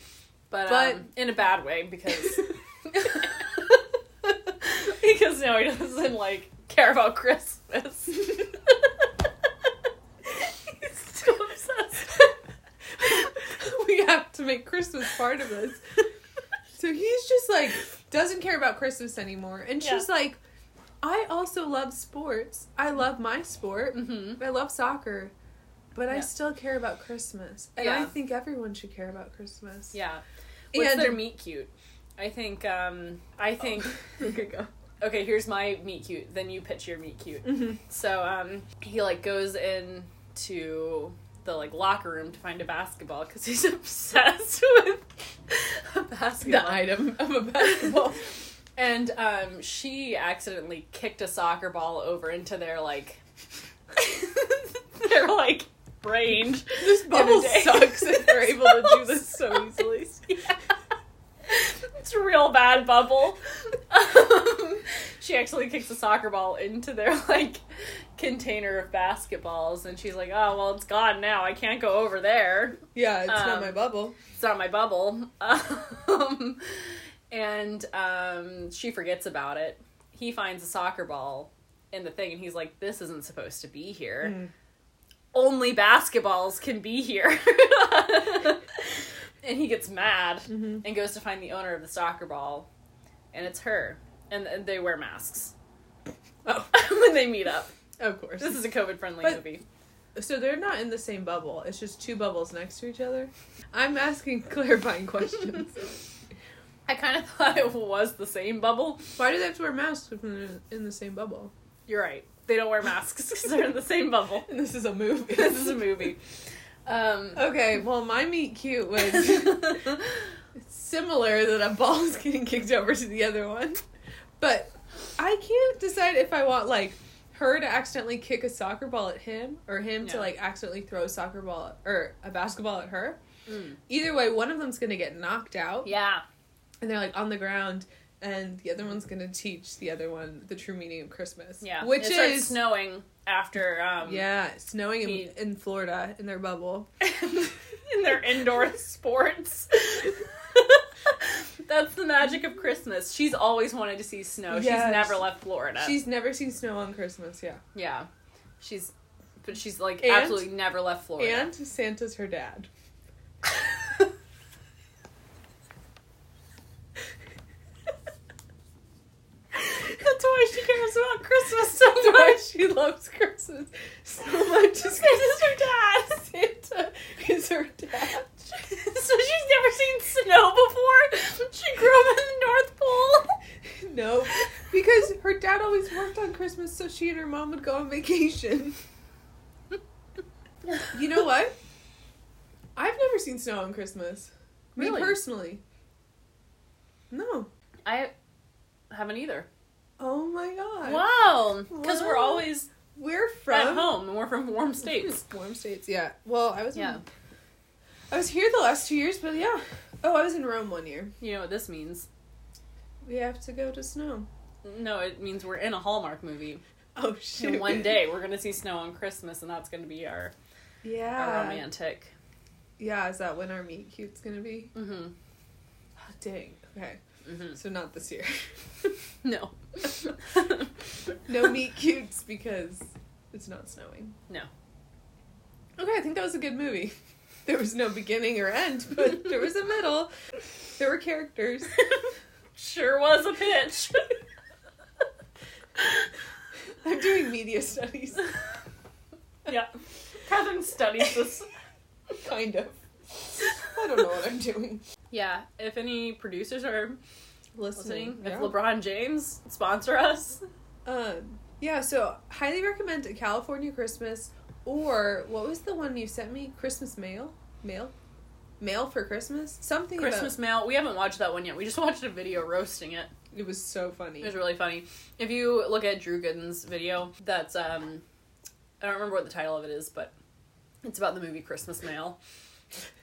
but,
But-
um, in a bad way [laughs] because because now he doesn't like care about Christmas. [laughs] He's so obsessed.
make Christmas part of this. So he's just like doesn't care about Christmas anymore, and
Yeah.
she's like, I also love sports. I love my sport.
Mm-hmm.
I love soccer, but I
Yeah.
still care about Christmas, and I
Yeah.
think everyone should care about Christmas.
Yeah. What's
And-
their meet cute? I think. Um, I think. [laughs]
Okay, go.
Okay, here's my meet cute. Then you pitch your meet cute.
Mm-hmm.
So um, he like goes in to the like locker room to find a basketball because he's [laughs] obsessed with a basketball.
The item of a basketball.
[laughs] And um, she accidentally kicked a soccer ball over into their like [laughs] their like range.
[laughs] this bubble
day.
sucks if they're able to do
bubble [laughs]
this [laughs] so easily.
Yeah. It's a real bad bubble. Um, [laughs] she actually kicks a soccer ball into their like container of basketballs, and she's like, "Oh well, it's gone now. I can't go over there.
Yeah, it's not
Um,
my bubble.
It's not my bubble." [laughs] Um, and um, she forgets about it. He finds a soccer ball in the thing, and he's like, "This isn't supposed to be here." Only basketballs can be here. [laughs] and he gets mad and goes to find the owner of the soccer ball, and it's her. And, and they wear masks [laughs]
Oh,
when they meet up.
of course.
This is a COVID friendly
But-
movie.
So they're not in the same bubble. It's just two bubbles next to each other. I'm asking [laughs] clarifying [laughs] questions.
I kind of [laughs] thought it was the same bubble.
Why do they have to wear masks if they're in the same bubble?
You're right. They don't wear masks because they're in the same bubble.
And [laughs] this is a movie.
[laughs] This is a movie. Um,
okay, well, my meet
[laughs]
cute was similar that a ball's getting kicked over to the other one. But I can't decide if I want, like, her to accidentally kick a soccer ball at him or him to,
Yeah.
like, accidentally throw a soccer ball or a basketball at her.
Mm.
Either way, one of them's going to get knocked out.
yeah.
and they're like on the ground and the other one's gonna teach the other one the true meaning of christmas
Yeah.
which
it starts
is
snowing after um,
yeah snowing
He-
in, in florida in their bubble
[laughs] in their indoor [laughs] sports. That's the magic of Christmas. She's always wanted to see snow.
Yeah,
she's never
she-
left Florida.
she's never seen snow on christmas yeah
yeah. She's but she's like
And-
absolutely never left Florida. [laughs]
and santa's her dad
That's why she cares about Christmas so
that's why
much.
she loves christmas so much
Just [laughs] because it's her dad. [laughs]
[laughs] santa is her dad
so she's never seen snow before. She grew up in the North Pole. [laughs]
no because her dad always worked on christmas so she and her mom would go on vacation You know what? I've never seen snow on Christmas.
Really?
Me personally. No.
I haven't either.
Oh my god.
Wow. Because we're
Wow.
always
We're from
at home and we're from [laughs] warm states.
Warm states. Yeah. Well, I was
Yeah.
in, I was here the last two years, but yeah. Oh, I was in Rome one year.
You know what this means?
We have to go to snow.
No, it means we're in a Hallmark [laughs] movie.
Oh shit.
And one day we're going to see snow on Christmas, and that's going to be our, our
Yeah.
romantic.
Yeah. Is that when our meet cute's gonna be?
Mm
Oh, dang. Okay.
hmm. Mm
So not this year. [laughs]
hmm. [laughs] No.
No
[laughs]
meet cutes because it's not snowing.
No.
Okay, I think that was a good movie. [laughs] There was no beginning or end, but there was a middle. There
[laughs]
were characters.
sure was a [laughs] pitch.
I'm doing media studies,
yeah. Catherine studies [laughs] this.
kind of. I don't know what I'm doing.
Yeah, if any producers are listening,
Listening.
if
Yeah.
LeBron James sponsor us,
um, yeah, so highly recommend A California Christmas or what was the one you sent me? Christmas Mail? Mail? Mail for Christmas? Something about-
Christmas mail. We haven't watched that one yet. We just [laughs] watched a video roasting it.
It was so funny.
It was really funny. If you look at Drew Gooden's video, that's um, I don't remember what the title of it is, but it's about the movie Christmas Mail,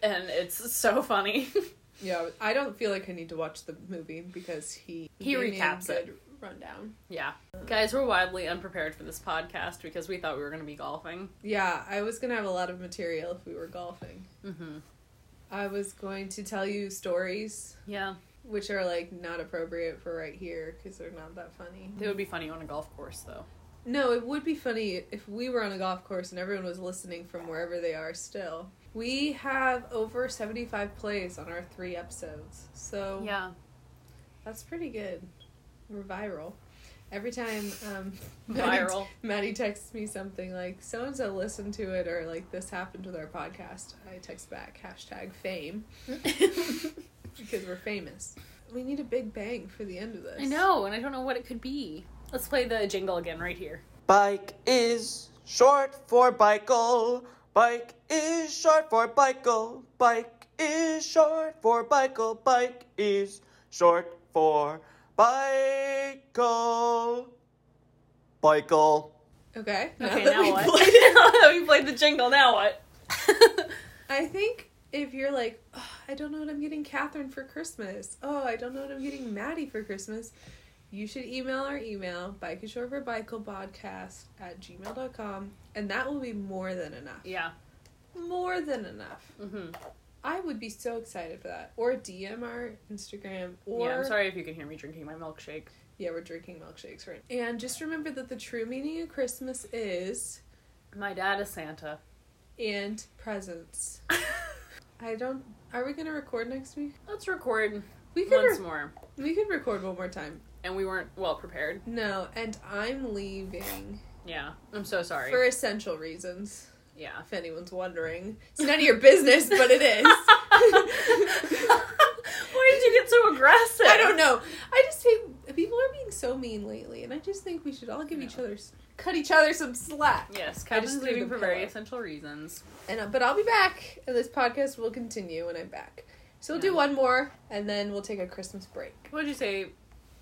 and it's so funny. [laughs]
Yeah, I don't feel like I need to watch the movie because he
He
gave me a
recaps it.
good rundown.
yeah, guys, we're wildly unprepared for this podcast because we thought we were going to be golfing.
Yeah, I was gonna have a lot of material if we were golfing.
Mm-hmm.
I was going to tell you stories
Yeah,
which are like not appropriate for right here because they're not that funny.
Mm-hmm. they would be funny on a golf course though.
No, it would be funny if we were on a golf course and everyone was listening from wherever they are still. We have over 75 plays on our three episodes. So
Yeah.
that's pretty good. We're viral. Every time um, [laughs] Maddie-
Viral.
Maddie texts me something like, so and so listened to it, or like, this happened with our podcast, I text back, hashtag fame,
[laughs]
because we're famous. We need a big bang for the end of this.
I know, and I don't know what it could be. Let's play the jingle again right here.
Bike is short for bicycle. Bike is short for bicycle. Bike is short for bicycle. Bike is short for bicycle. Bicycle.
Okay.
[laughs] Okay,
that
now
we
what?
played-
[laughs] now that we played the jingle, now [laughs] what?
I think if you're like, oh, I don't know what I'm getting Catherine for Christmas. Oh, I don't know what I'm getting Maddie for Christmas. You should email our email, bike is short for bicycle podcast at gmail.com, and that will be more than enough.
yeah.
More than enough.
Mm-hmm.
I would be so excited for that. Or DM our Instagram. Or
yeah. I'm sorry if you can hear me drinking my milkshake.
Yeah, we're drinking milkshakes right. And just remember that the true meaning of Christmas is
My dad is [laughs] Santa.
and presents. I don't. Are we gonna record next week?
Let's record
We could.
once
re-
more.
we could record one more time.
And we weren't well prepared.
No, and I'm leaving
Yeah. I'm so sorry.
for essential reasons.
[laughs] yeah.
If anyone's wondering, it's none of your business, but
[laughs]
it [laughs] is.
Why did you get so aggressive?
I don't know. I just hate people are being so mean lately, and I just think we should all give each
No.
other s- cut each other some slack.
Yes,
I just
Kevin's
threw
leaving
the
for very
pillow.
essential reasons.
And uh, but I'll be back, and this podcast will continue when I'm back. So we'll do
Yeah.
one more, and then we'll take a Christmas break.
What would you say?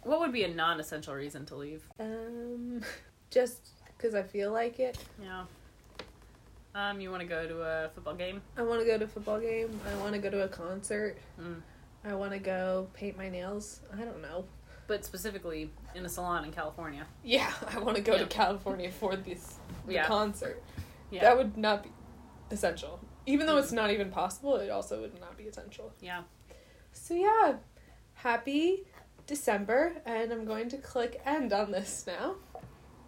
What would be a non-essential reason to leave?
Um, [laughs] just because I feel like it.
Yeah. Um, you want to go to a football game?
I want to go to a football game. I want to go to a concert.
Mm.
I want to go paint my nails. I don't know.
But specifically in a salon in California.
Yeah, [laughs] I want to go
Yeah.
to California for this the
Yeah.
concert.
Yeah.
That would not be essential. Even though it's not even possible, it also would not be essential.
yeah.
So yeah, happy December, and I'm going to click end on this now,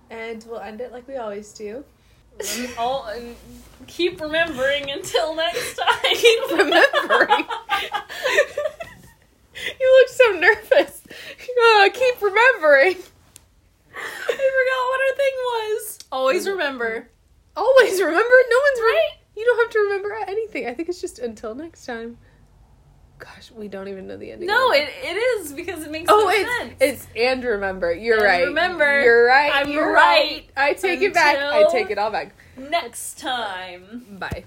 and we'll end it like we always do.
Rem- [laughs] all, and keep remembering until [laughs] next time.
Keep [laughs]
[laughs]
remembering. you look so nervous. Oh, keep remembering.
I forgot what our thing was. Always remember.
Always remember. No one's right. You don't have to remember anything. I think it's just until next time. Gosh, we don't even know the ending.
No,
of
it, it is because it makes
Mm. Oh,
no
it's
sense.
it's and remember. You're
And
right.
remember.
You're right.
I'm
You're
right.
I take it back. I
Until-
take it all back.
next time.
Bye.